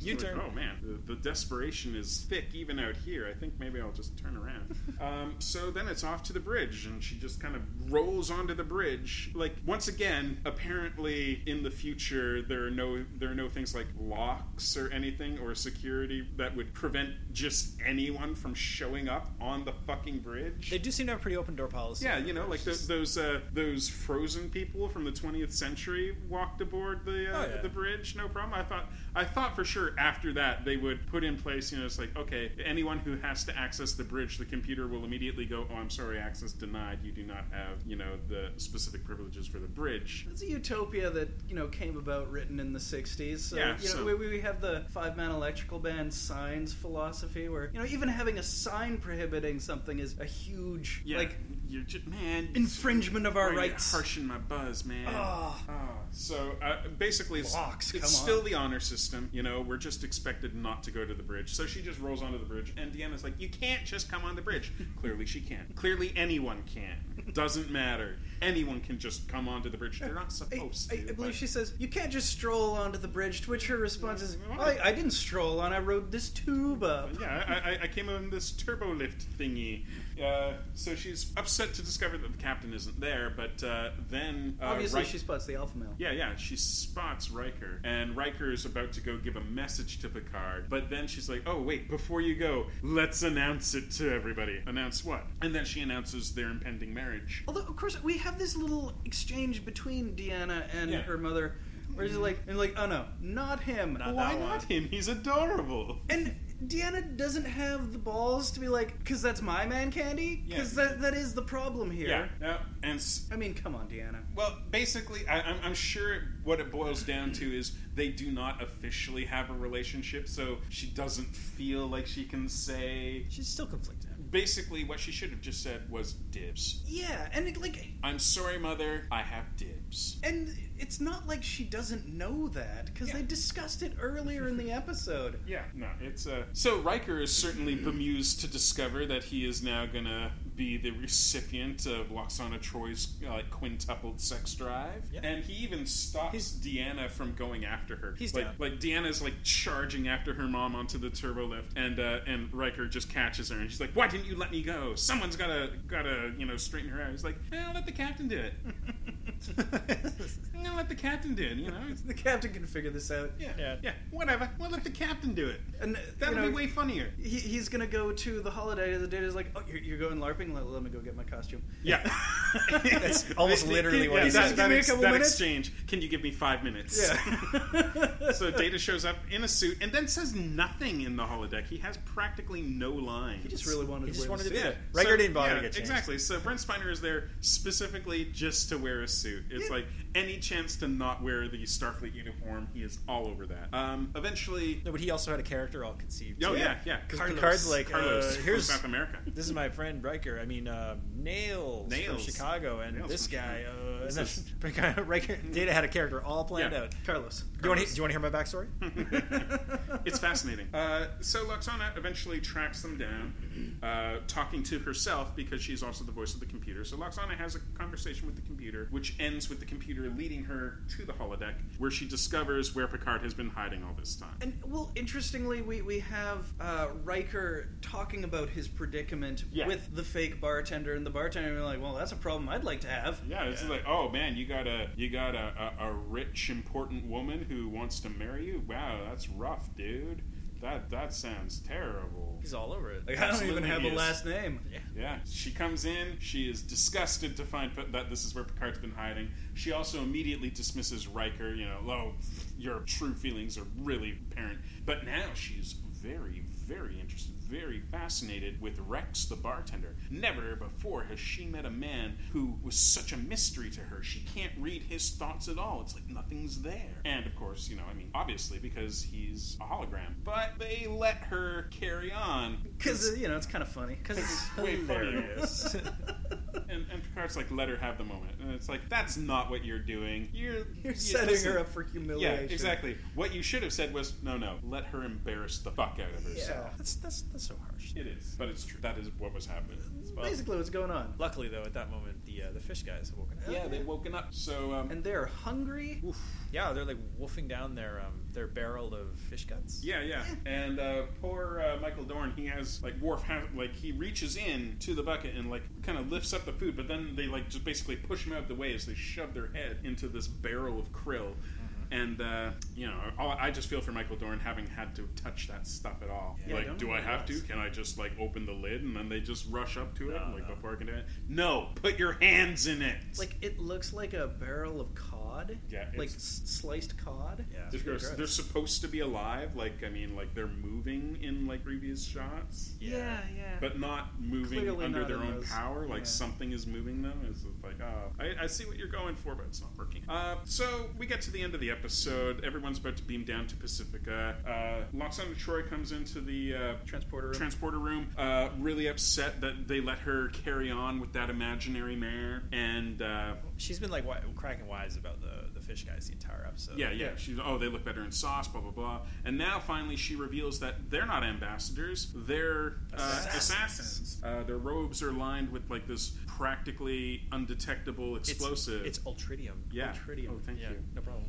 B: You
A: Like,
B: turn.
A: oh man, the, the desperation is thick even out here. I think maybe I'll just turn around. um, so then it's off to the bridge, and she just kind of rolls onto the bridge. Like once again, apparently in the future there are no there are no things like locks or anything or security that would prevent just anyone from showing up on the fucking bridge.
B: They do seem to have pretty open door policy.
A: Yeah, you know, like those those, uh, those frozen people from the 20th century walked aboard the uh,
B: Oh, yeah.
A: the bridge, no problem. I thought I thought for sure after that they would put in place, you know, it's like okay, anyone who has to access the bridge, the computer will immediately go, oh, I'm sorry, access denied. You do not have, you know, the specific privileges for the bridge.
C: It's a utopia that you know came about written in the '60s. So,
A: Yeah,
C: you know,
A: so-
C: we, we have the five-man electrical band signs philosophy, where you know even having a sign prohibiting something is a huge
A: Yeah,
C: like
A: you're just man
C: infringement of our
A: Bring it,
C: rights.
A: Harshing my buzz, man.
C: Ah.
A: Ah. So uh, basically, it's,
B: Locks,
A: it's
B: come on.
A: still the honor system. You know, we're just expected not to go to the bridge. So she just rolls onto the bridge, and Deanna's like, "You can't just come on the bridge." Clearly, she can. Clearly, anyone can. Doesn't matter. Anyone can just come onto the bridge. They're not
C: I,
A: supposed
C: I,
A: to.
C: I believe
A: but-
C: she says you can't just stroll onto the bridge. To which her response is,
A: Yeah.
C: I, "I didn't stroll on. I rode this tube up."
A: Yeah, I, I, I came on this turbo lift thingy. Uh, so she's upset to discover that the captain isn't there, but uh, then uh,
C: Obviously,
A: right-
C: she spots the alpha male.
A: Yeah, yeah. She spots Riker, and Riker is about to go give a message to Picard, but then she's like, "Oh wait, before you go, let's announce it to everybody." Announce what? And then she announces their impending marriage.
C: Although, of course, we have this little exchange between Deanna and
A: Yeah.
C: her mother, where she's like, and like, oh no, not him.
A: Why
B: that
A: not him? He's adorable.
C: And Deanna doesn't have the balls to be like, because that's my man candy? Because
A: Yeah.
C: that, that is the problem here.
A: Yeah. yeah. And s-
C: I mean, come on, Deanna.
A: well, basically, I, I'm, I'm sure it- what it boils down to is they do not officially have a relationship, so she doesn't feel like she can say.
B: She's still conflicted.
A: Basically, what she should have just said was dibs.
C: Yeah, and it, like,
A: I'm sorry, mother. I have dibs.
C: and it's not like she doesn't know that because
A: Yeah.
C: they discussed it earlier in the episode.
A: Yeah, no, it's uh So Riker is certainly bemused to discover that he is now gonna be the recipient of Loxana Troy's uh, like quintupled sex drive,
B: Yeah.
A: and he even stops
B: He's-
A: Deanna from going after her.
B: He's
A: like
B: down.
A: like Deanna's like charging after her mom onto the turbo lift, and uh, and Riker just catches her, and she's like, "Why didn't you let me go? Someone's gotta gotta you know straighten her out." He's like, eh, "Let the captain do it. No, let the captain do it. You know." It's-
C: the captain can figure this out.
A: yeah, yeah,
B: Yeah.
A: whatever. Well, let the captain do it.
C: And, uh,
A: That
C: you
A: would
C: know,
A: be way funnier.
C: He, he's gonna go to the holiday. The date is like, oh, you're, you're going LARPing. Let, let me go get my costume.
A: Yeah.
B: That's almost literally what
A: yeah,
B: he
A: that,
B: said.
A: that
C: Give me a
A: ex-
C: couple
A: that
C: minutes.
A: exchange. Can you give me five minutes?
C: Yeah.
A: so Data shows up in a suit and then says nothing in the holodeck. He has practically no lines.
C: He just really wanted to
B: He just
C: wear
B: wanted
C: the
B: to be
C: suit.
A: yeah,
B: there. Riker
A: So-
B: didn't bother
A: yeah,
B: to get changed.
A: Exactly. So Brent Spiner is there specifically just to wear a suit. It's
C: Yeah.
A: like any chance to not wear the Starfleet uniform, he is all over that. Um, eventually,
B: No, but he also had a character all conceived.
A: oh
B: too.
A: yeah, yeah. 'cause
B: Carlos.
A: Picard's
B: Picard's like,
A: Carlos
B: uh,
A: from
B: here's
A: South America.
B: this is my friend Riker. I mean, uh, Nails.
A: Nails,
B: from Chicago, and
A: Nails
B: this
A: from
B: guy, uh, and
A: This
B: that's
A: is-
B: pretty kind of- right here- Data had a character all planned
A: Yeah.
B: out.
C: Carlos.
B: Do you, want to, do you want to hear my backstory?
A: it's fascinating. Uh, so Luxana eventually tracks them down, uh, talking to herself because she's also the voice of the computer. So Luxana has a conversation with the computer, which ends with the computer leading her to the holodeck, where she discovers where Picard has been hiding all this time.
C: And well, interestingly, we we have uh, Riker talking about his predicament
A: Yeah.
C: with the fake bartender, and the bartender being like, "Well, that's a problem I'd like to have."
A: Yeah, it's like, oh man, you got a you got a, a, a rich, important woman who wants to marry you. Wow, that's rough, dude. That that sounds terrible.
B: He's all over it.
C: Like, I don't even
A: Absolutely
C: have a
A: is.
C: last name.
A: Yeah, she comes in. She is disgusted to find p- that this is where Picard's been hiding. She also immediately dismisses Riker. You know, oh, your true feelings are really apparent. But now she's very, very interested, very fascinated with Rex the bartender. Never before has she met a man who was such a mystery to her. She can't read his thoughts at all. It's like nothing's there. And of course, you know, I mean, obviously because he's a hologram. But they let her carry on
C: Because you know it's kind of funny. Because it's
A: way funnier.
B: Hilarious.
A: And, and Picard's like, let her have the moment. And it's like, that's not what you're doing. You're,
C: You're
A: you-
C: setting
A: listen.
C: her up for
A: Yeah,
C: humiliation.
A: exactly. What you should have said was, no, no, let her embarrass the fuck out of herself.
C: Yeah.
B: that's, that's, that's so harsh.
A: It is. But it's true. That is what was happening.
B: Well-
C: Basically, what's going on?
B: Luckily, though, at that moment, the uh, the fish guys have woken up.
A: Yeah, they've woken up. So, um,
C: And they're hungry.
B: Yeah, they're like wolfing down their um, their barrel of fish guts.
A: yeah, yeah. And uh, poor uh, Michael Dorn, he has, like, Worf, has, like, he reaches in to the bucket and, like, kind of lifts up the food, but then they, like, just basically push him out of the way as they shove their head into this barrel of krill. And uh, you know, all, I just feel for Michael Dorn having had to touch that stuff at all.
C: Yeah,
A: like,
C: don't
A: do I have to?
C: realize.
A: Can I just like open the lid and then they just rush up to it?
B: No,
A: and, like
B: no.
A: before I can do it? No, put your hands in it.
C: Like it looks like a barrel of cod.
A: Yeah,
C: Like
A: it's-
C: s- sliced cod.
B: Yeah.
A: they're,
B: Gross.
A: they're supposed to be alive. Like I mean, like they're moving in like previous shots,
B: Yeah.
C: Yeah. Yeah.
A: but not moving
C: Clearly
A: under
C: not
A: their
C: in
A: own
C: those-
A: power. Like
C: yeah.
A: something is moving them. It's just like, oh, I, I see what you're going for, but it's not working. Uh, so we get to the end of the episode. Everyone's about to beam down to Pacifica. Uh, Loxana Troy comes into the uh,
C: transporter. Room.
A: transporter room, uh, really upset that they let her carry on with that imaginary mare. And uh,
B: She's been like wi- cracking wise about the, the fish guys the entire episode.
A: yeah, yeah, she's oh they look better in sauce, blah blah blah. And now finally she reveals that they're not ambassadors; they're uh,
B: Assassins.
A: assassins. Uh, their robes are lined with like this practically undetectable
B: It's,
A: explosive.
B: It's ultradium.
A: yeah.
C: Ultradium.
A: Oh, thank
B: Yeah,
A: you.
B: no problem.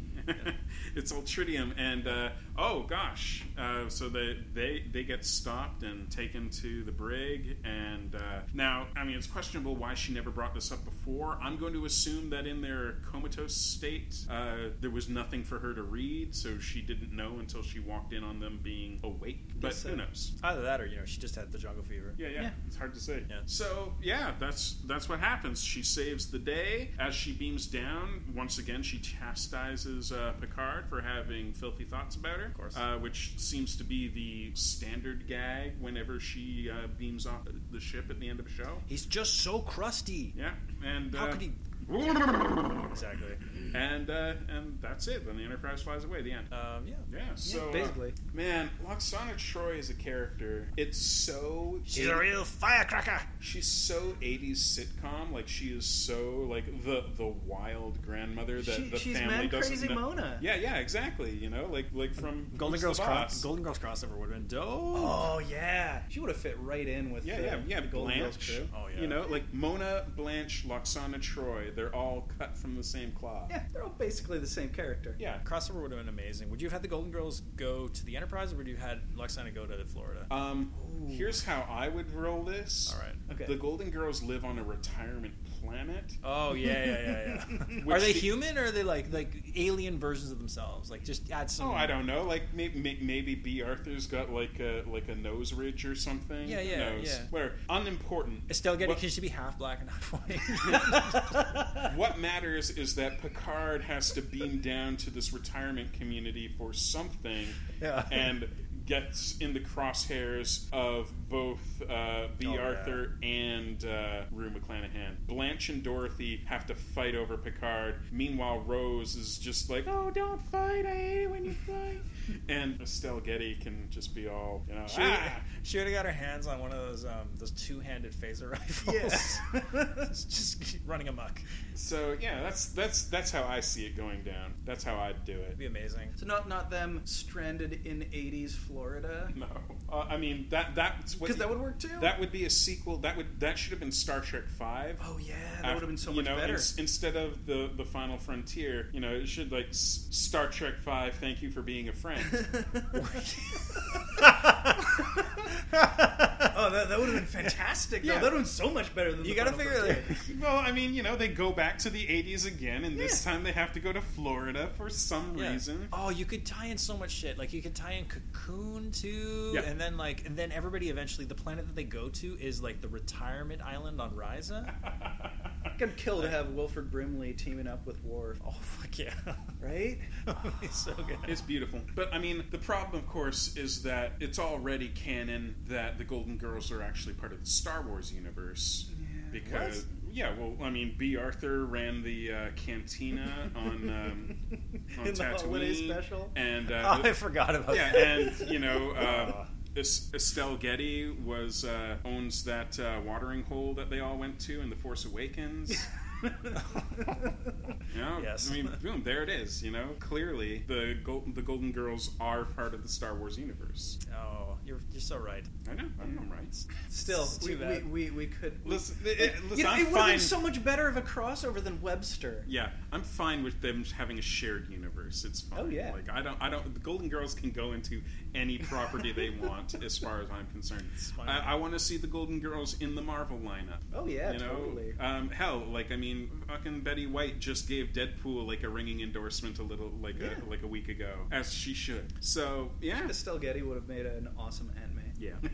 A: it's ultradium, and uh, oh gosh, uh, so they, they they get stopped and taken to the brig. And uh, now, I mean, it's questionable why she never brought this up before. I'm going to assume that in their comatose state, uh, there was nothing for her to read, so she didn't know until she walked in on them being awake. But
C: Yes, sir.
A: who knows?
B: Either that or, you know, she just had the jungle fever.
A: Yeah, yeah,
C: Yeah.
A: It's hard to say.
B: Yeah.
A: So yeah, that's that's what happens. She saves the day as she beams down. Once again, she chastises uh, Picard for having filthy thoughts about her, of
B: course.
A: uh, which seems to be the standard gag whenever she uh, beams off the ship at the end of a show.
B: He's just so crusty.
A: Yeah, and
B: How
A: uh,
B: could he? Exactly.
A: And uh, and that's it. Then the Enterprise flies away. The end.
B: Um, yeah.
A: Yeah. So uh,
C: basically.
A: man, Loxana Troy is a character. It's so
B: She's a real firecracker.
A: she's so 80s sitcom like she is so like the the wild grandmother that
C: She-
A: the
C: she's
A: family
C: mad
A: doesn't
C: crazy
A: know.
C: Mona.
A: yeah yeah exactly you know like like from
B: Golden
A: Who's the
B: Girls,
A: Boss?
B: cross, Golden Girls crossover would have been dope.
C: Oh yeah. She would have fit right in with.
A: yeah
C: the,
A: yeah yeah
C: The Golden Girls
A: Blanche
C: crew.
B: Oh, yeah.
A: you know like Mona Blanche Loxana Troy they're all cut from the same cloth
C: Yeah. They're all basically the same character.
A: yeah
B: Crossover would have been amazing. Would you have had the Golden Girls go to the Enterprise, or would you have had Luxana go to Florida?
A: um here's how I would roll this
B: All right.
C: Okay.
A: the Golden Girls live on a retirement planet
B: Oh yeah, yeah, yeah, yeah.
A: Which
B: are they
A: the-
B: human or are they like like alien versions of themselves? Like just add some.
A: Oh, I don't know. Like maybe maybe B. Arthur's got like a like a nose ridge or something.
B: Yeah,
A: Who
B: yeah,
A: knows?
B: yeah.
A: Where unimportant.
B: Estelle Getty
A: What-
B: can she be half black and half white?
A: What matters is that Picard has to beam down to this retirement community for something,
B: Yeah.
A: and gets in the crosshairs of both uh, B.
B: Oh, yeah.
A: Arthur and uh, Rue McClanahan. Blanche and Dorothy have to fight over Picard. Meanwhile, Rose is just like, "Oh, don't fight! I hate it when you fight." and Estelle Getty can just be all, you know,
B: She would,
A: ah!
B: she would have got her hands on one of those um, those two handed phaser rifles.
C: Yes.
B: It's just running amok.
A: So yeah, that's that's that's how I see it going down. That's how I'd do it.
B: It'd be amazing.
C: So not not them stranded in '80s Florida,
A: No, uh, I mean that that's what
C: because that would work too.
A: that would be a sequel. That would that should have been Star Trek Five.
C: oh yeah, that would have been so
A: You
C: much
A: know,
C: better.
A: ins- instead of the the Final Frontier, you know, it should like S- Star Trek Five. Thank you for being a friend.
C: oh, that, that would have been fantastic. though.
A: Yeah.
C: That would have been so much better than
B: You
C: the
B: gotta
C: Final
B: figure
C: Frontier.
B: it
A: well, I mean, you know, they go back to the '80s again, and this time they have to go to Florida for some
B: Yeah.
A: reason.
B: Oh, you could tie in so much shit. Like you could tie in Cocoon too,
A: Yeah.
B: and then like, and then everybody eventually the planet that they go to is like the retirement island on Risa.
A: Ah.
C: I'd kill to have Wilfred Brimley teaming up with Worf,
B: oh fuck yeah,
C: right?
B: It's so good.
A: It's beautiful. But I mean, the problem, of course, is that it's already canon that the Golden Girls are actually part of the Star Wars universe. Because, yeah, well, I mean, B. Arthur ran the uh, cantina on, um, on
C: In the
A: Tatooine.
C: holiday special?
A: And,
B: Oh,
A: uh,
B: I forgot about
A: yeah,
B: that.
A: and, you know. Uh, Es- Estelle Getty was uh, owns that uh, watering hole that they all went to in The Force Awakens. You know,
B: Yes.
A: I mean, boom, there it is. You know, clearly the Golden the Golden Girls are part of the Star Wars universe.
B: oh, you're you're so right.
A: I know, I know, I'm right.
C: Still,
B: It's
C: we,
B: too bad.
C: we, we, we could. we-
A: Listen, it, it-
C: You
A: listen,
C: know,
A: I'm
C: it would have
A: fine.
C: been so much better of a crossover than Webster.
A: yeah, I'm fine with them having a shared universe. It's fine.
C: Oh, yeah.
A: Like I don't, I don't. The Golden Girls can go into any property they want, as far as I'm concerned.
B: fine.
A: I, I want to see the Golden Girls in the Marvel lineup.
C: Oh yeah,
A: you know,
C: totally.
A: um, hell, like I mean, fucking Betty White just gave Deadpool like a ringing endorsement a little like
C: Yeah.
A: a like a week ago, as she should. So yeah,
C: Estelle Getty would have made an awesome anime.
A: yeah.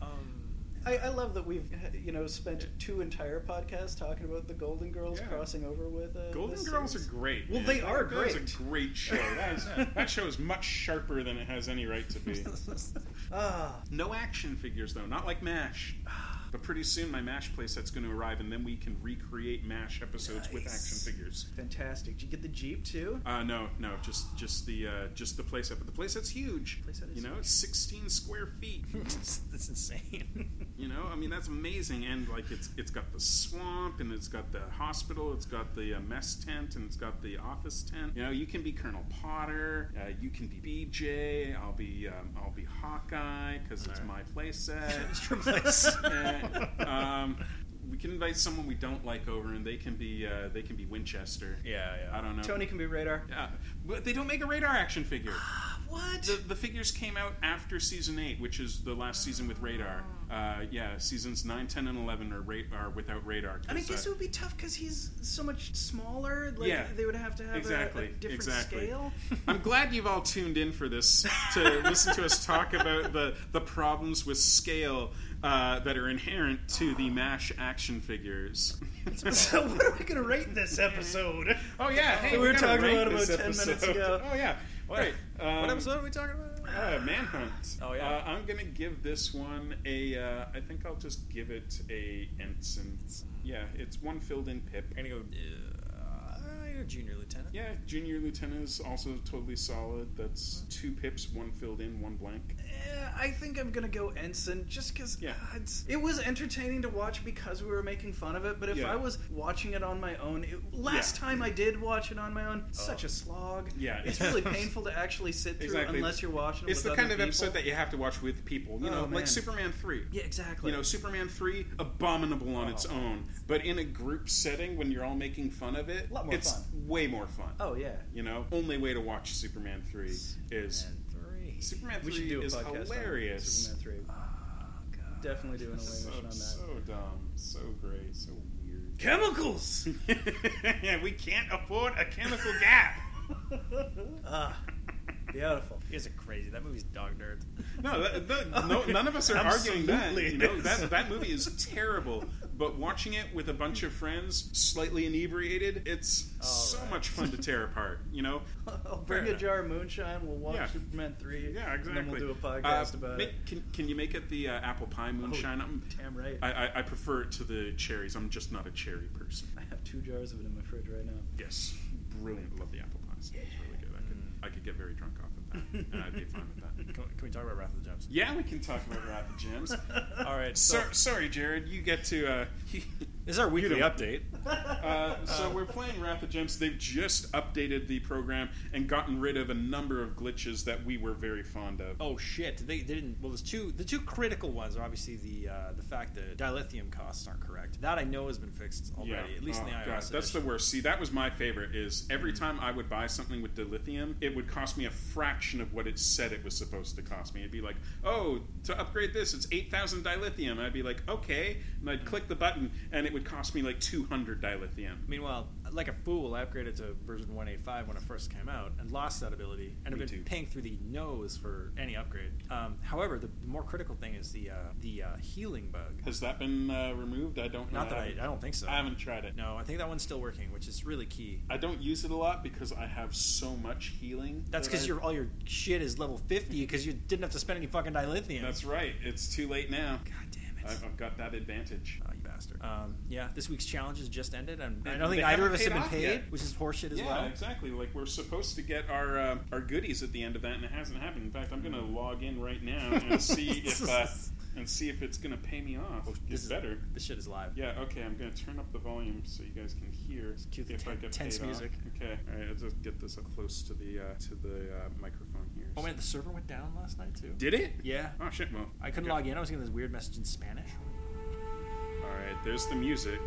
B: Um,
C: I, I love that we've you know spent two entire podcasts talking about the Golden Girls
A: Yeah.
C: crossing over with uh,
A: Golden
C: this
A: Girls
C: series.
A: are great.
C: Well,
A: man.
C: they are
A: Golden Girls
C: great.
A: a great show. That, is, that show is much sharper than it has any right to be.
C: Ah,
A: No action figures though, not like Mash. But pretty soon my Mash playset's going to arrive, and then we can recreate Mash episodes with action
C: Nice.
A: figures.
C: fantastic! Did you get the Jeep too?
A: Uh, no, no, just just the uh, just the playset. But the playset's huge.
C: Playset is
A: you know, it's sixteen square feet.
B: that's, that's insane.
A: You know, I mean that's amazing, and like it's it's got the swamp, and it's got the hospital, it's got the uh, mess tent, and it's got the office tent. You know, you can be Colonel Potter, uh, you can be BJ, I'll be um, I'll be Hawkeye because it's my playset.
B: Mr. Bliss.
A: and, um, we can invite someone we don't like over, and they can be uh, they can be Winchester.
B: Yeah, yeah.
A: I don't know.
C: Tony can be radar.
A: Yeah, but they don't make a radar action figure.
C: What?
A: The, the figures came out after season eight, which is the last season with Radar.
C: Ah.
A: Uh, yeah, seasons 9, 10, and eleven are, ra- are without Radar. 'cause,
C: I mean, I guess
A: uh,
C: it would be tough because he's so much smaller. Like
A: Yeah.
C: they would have to have a-
A: Exactly,
C: a, different
A: exactly.
C: scale.
A: uh, I'm glad you've all tuned in for this to listen to us talk about the the problems with scale uh, that are inherent to the Mash action figures.
C: so what are we gonna rate this episode?
A: oh yeah, hey,
C: We were
A: gotta
C: talking
A: rate
C: about it
A: this
C: about 10 minutes
A: episode.
C: ago.
A: Oh yeah, right. Um,
B: what episode are we talking about?
A: Uh, Manhunt.
B: Oh, yeah.
A: Uh, I'm gonna give this one a. Uh, I think I'll just give it a ensign. Yeah, it's one filled in pip.
B: We're gonna go. Uh, you're a junior lieutenant.
A: Yeah, junior lieutenant is also totally solid. That's
C: Mm-hmm.
A: two pips, one filled in, one blank.
C: Eh, I think I'm gonna go ensign just because
A: Yeah.
C: it was entertaining to watch because we were making fun of it. But if
A: Yeah.
C: I was watching it on my own, it, last
A: Yeah.
C: time I did watch it on my own, it's such
B: Oh.
C: a slog.
A: Yeah,
C: it's
A: it's-
C: really painful to actually sit through
A: Exactly.
C: unless you're watching. it
A: It's
C: with
A: the
C: other
A: kind of
C: people.
A: episode that you have to watch with people. You
C: Oh,
A: know,
C: man.
A: like Superman three.
C: yeah, exactly. Oh.
A: You know, Superman three, abominable on its own, but in a group setting when you're all making fun of it,
C: Lot more
A: it's
C: fun.
A: way more fun.
C: oh yeah,
A: You know, only way to watch Superman three is
B: And three.
A: Superman
C: we
A: three
C: should do a
A: is
C: podcast on
A: hilarious.
C: Superman three.
B: Ah,
C: Definitely doing a
A: so,
C: mission on that.
A: so dumb, so great, so weird.
C: Chemicals.
A: yeah, we can't afford a chemical gap.
C: Ah, Beautiful.
B: You guys are crazy. That movie's dog dirt.
A: No, that, that, no none of us are arguing that.
C: Absolutely.
A: You know, that that movie is terrible, but watching it with a bunch of friends, slightly inebriated, it's
B: All
A: so
B: right.
A: much fun to tear apart. You know,
C: I'll bring a
A: enough.
C: jar of moonshine. We'll watch
A: Oh, Yeah.
C: Superman three.
A: yeah, exactly.
C: And then we'll do a
A: Uh,
C: podcast about
A: make-
C: it. Oh,
A: Can, can you make it the uh, apple pie moonshine? I'm-
C: Damn right. I,
A: I, I, I prefer it to the cherries. I'm just not a cherry person.
C: have two jars of it in my fridge right now.
A: Yes, brilliant. Love the apple pies. It's really good. I could I could get very drunk off of that, and I'd be fine with that.
B: Can, can we talk about Wrath of the Gems?
A: Yeah, we can talk about Wrath of Gems.
B: All right. So,
A: Sor sorry, Jared. You get to. Uh,
B: this is our weekly
A: don't-
B: update.
A: uh, so we're playing Wrath of Gems. They've just updated the program and gotten rid of a number of glitches that we were very fond of.
B: Oh shit! They, they didn't. Well, there's two. The two critical ones are obviously the uh, the fact that dilithium costs aren't correct. That I know has been fixed already. At least in the
A: Oh,
B: iOS.
A: God, that's the
B: edition.
A: worst. See, that was my favorite. Is every time I would buy something with dilithium, it would cost me a fraction of what it said it was supposed to cost me. It'd be like, oh, to upgrade this, it's eight thousand dilithium. And I'd be like, okay, and I'd click the button, and it would cost me like two hundred dilithium.
B: Meanwhile, like a fool, I upgraded to version 185 when it first came out and lost that ability, and I've
A: Me
B: been
A: too.
B: paying through the nose for any upgrade. Um, however, the, the more critical thing is the uh, the uh, healing bug.
A: Has that been uh, removed? I don't. know.
B: Not that I, I don't think so.
A: I haven't tried it.
B: No, I think that one's still working, which is really key.
A: I don't use it a lot because I have so much healing.
B: That's
A: that
B: because
A: I-
B: your all your shit is level 50 because you didn't have to spend any fucking dilithium.
A: That's right. It's too late now.
B: God damn it.
A: I've, I've got that advantage.
B: Oh, you bastard. Um, yeah, this week's challenge has just ended, and I
A: They-
B: don't think
A: they
B: either
A: haven't
B: of us have
A: paid
B: been
A: off
B: paid,
A: yet.
B: which is horseshit as
A: yeah,
B: well.
A: exactly. Like we're supposed to get our uh, our goodies at the end of that, and it hasn't happened. In fact, I'm going to
B: Mm.
A: log in right now and see if uh, and see if it's going to pay me off.
B: Oh, this
A: It's
B: is-
A: better.
B: This shit is live.
A: Yeah. Okay. I'm going to turn up the volume so you guys can hear
B: cue the
A: if I
B: ten-
A: get
B: tense
A: paid off.
B: music.
A: Okay. All right. I'll just get this up close to the uh, to the uh, microphone here.
B: Oh man, the server went down last night too.
A: Did it?
B: Yeah.
A: Oh shit. Well,
B: I couldn't
A: okay.
B: log in. I was getting this weird message in Spanish.
A: All right, there's the music.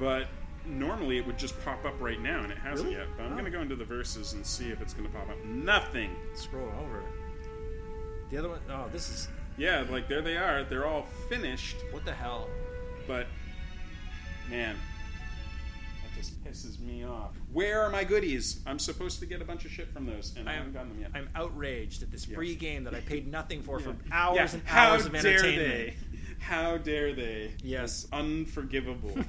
A: but normally it would just pop up right now, and it hasn't
B: Really?
A: yet. But I'm
B: Oh.
A: going to go into the verses and see if it's going to pop up. Nothing.
B: Scroll over. The other one, oh, this is
A: Yeah, like there they are. They're all finished,
B: what the hell?
A: but man, that just pisses me off. Where are my goodies? I'm supposed to get a bunch of shit from those, and I, haven't gotten them yet.
B: I'm outraged at this
A: Yes.
B: free game that I paid nothing for for
A: Yeah.
B: hours
A: Yeah,
B: and
A: how
B: hours of
A: dare
B: entertainment.
A: They? How dare they?
B: Yes.
A: It's unforgivable.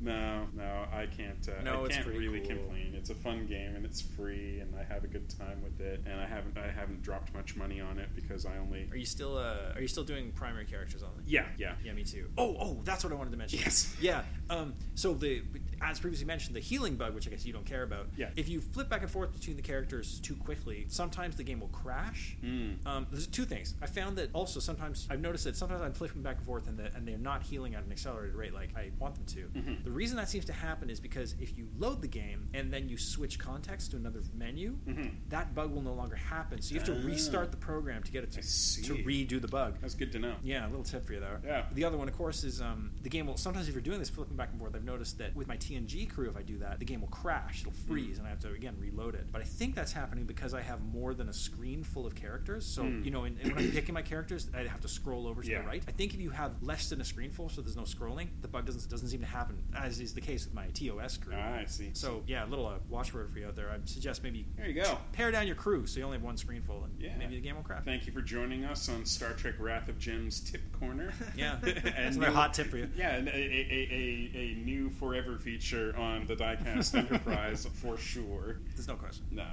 A: No, no, I can't. Uh,
B: No,
A: I
B: it's
A: can't
B: pretty
A: really
B: cool.
A: complain. It's a fun game and it's free, and I have a good time with it. And I haven't, I haven't dropped much money on it because I only.
B: Are you still uh, are you still doing primary characters only?
A: Yeah, yeah.
B: Yeah, me too. Oh, oh, that's what I wanted to mention.
A: Yes.
B: Yeah. Um, so the as previously mentioned, the healing bug, which I guess you don't care about.
A: Yeah.
B: If you flip back and forth between the characters too quickly, sometimes the game will crash.
A: Mm.
B: Um, there's two things. I found that also sometimes I've noticed that sometimes I'm flipping back and forth and, the, and they're not healing at an accelerated rate like I want them to.
A: Mhm.
B: The reason that seems to happen is because if you load the game and then you switch context to another menu,
A: Mhm.
B: that bug will no longer happen. So you have to
A: Ah.
B: restart the program to get it
A: I
B: to,
A: see.
B: to redo the bug.
A: That's good to know.
B: Yeah, a little tip for you there.
A: Yeah.
B: The other one, of course, is um, the game will sometimes if you're doing this flipping back and forth, I've noticed that with my TNG crew, if I do that, the game will crash, it'll
A: Hmm.
B: freeze, and I have to again reload it. But I think that's happening because I have more than a screen full of characters. So
A: Mm.
B: you know, and, and when I'm picking my characters, I have to scroll over to
A: Yeah.
B: the right. I think if you have less than a screen full, so there's no scrolling, the bug doesn't doesn't seem to happen, as is the case with my TOS crew.
A: Ah, I see.
B: So yeah, a little uh, watchword for you out there. I suggest maybe
A: There you go.
B: pare down your crew so you only have one screen full, and
A: Yeah.
B: maybe the game will crash.
A: Thank you for joining us on Star Trek: Wrath of Gems Tip Corner.
B: Yeah, that's
A: new-
B: another hot tip for you.
A: Yeah, and a, a, a, a, a new forever feature on the Diecast Enterprise for sure.
B: There's no question.
A: No.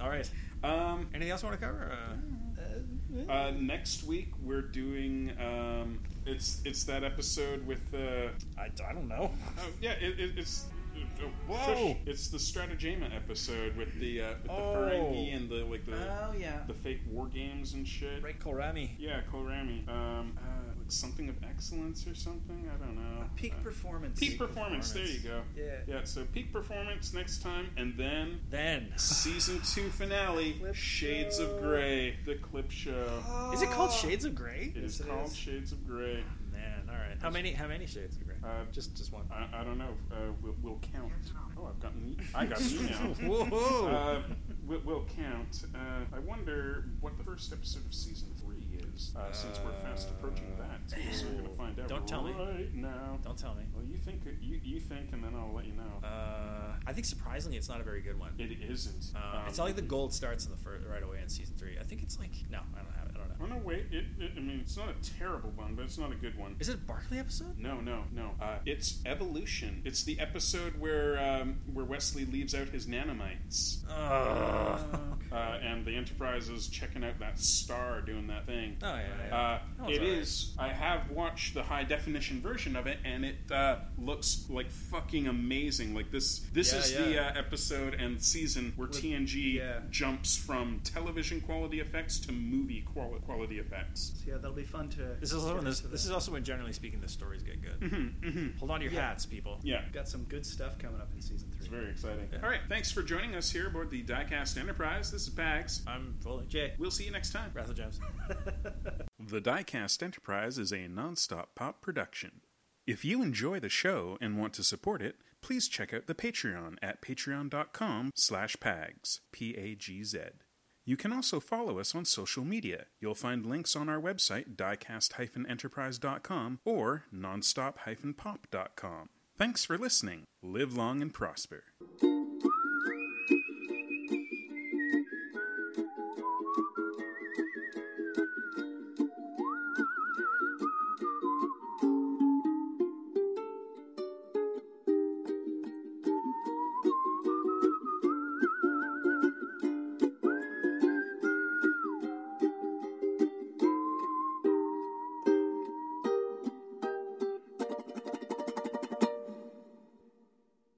B: All right.
A: Um,
B: Anything else you want to cover? Uh,
C: Uh,
A: Uh, next week we're doing um, it's it's that episode with uh,
B: I, I don't know.
A: oh, yeah it, it, it's uh,
B: Whoa.
A: it's the Stratagema episode with the uh, with the
B: Oh.
A: Ferengi and the like the
C: oh yeah.
A: the fake war games and shit.
B: Right, Kolrami.
A: Yeah, Kolrami. Um, uh, like something of excellence or something. I don't know.
C: Peak
A: Uh,
C: performance.
A: peak performance. There you go.
C: Yeah.
A: Yeah. So peak performance next time, and then
B: Then
A: season two finale,
C: Clip
A: Shades
C: show.
A: of Grey, the clip show.
B: is it called Shades of Grey?
A: It is
C: Ah, Yes, it
A: called
C: is.
A: Shades of Grey.
B: Man, all right. How many? How many shades of Grey?
A: Uh,
B: Um, just just one.
A: I, I don't know. Uh, we'll, we'll count. Oh, I've got an e- I got an email.
B: Whoa!
A: Uh, we'll, we'll count. Uh, I wonder what the first episode of season three is. is, uh, since we're fast approaching that. So we're gonna find out.
B: Don't tell me.
A: right now.
B: Don't tell me.
A: Well, you think you you think, and then I'll let you know.
B: Uh, I think surprisingly, it's not a very good one.
A: it isn't.
B: Uh,
A: Um,
B: it's not like the gold starts in the first right away in season three. I think it's like no, I don't have it. I don't
A: Oh
B: know.
A: no, wait. It, it, I mean, it's not a terrible one, but it's not a good one.
B: Is it a Barkley episode?
A: No, no, no. Uh, it's evolution. It's the episode where um, where Wesley leaves out his nanomites,
B: Ugh.
A: uh, and the Enterprise is checking out that star doing that thing.
B: Oh, yeah, yeah, yeah.
A: Uh,
B: That one's
A: it
B: alright.
A: is. I have watched the high definition version of it, and it uh, looks like fucking amazing. Like this. This
B: Yeah,
A: is
B: yeah.
A: the uh, episode and season where TNG
C: yeah.
A: jumps from television quality effects to movie quali- quality effects.
C: So yeah, that'll be fun to.
B: This is also when
C: get
B: this,
C: into
B: this is also when generally speaking the stories get good. Hold on to your
C: Yeah.
B: hats, people.
A: Mm-hmm, Yeah.
C: Got some good stuff coming up in season three.
A: It's very exciting.
B: Yeah.
A: All right, thanks for joining us here aboard the Diecast Enterprise. This is Bags.
B: I'm Foley.
C: Jay.
A: We'll see you next time.
B: Razzle James.
A: The Diecast Enterprise is a nonstop pop production. If you enjoy the show and want to support it, please check out the Patreon at patreon.com slash pags, P-A-G-Z. You can also follow us on social media. You'll find links on our website, diecast-enterprise.com or nonstop-pop.com. Thanks for listening. Live long and prosper.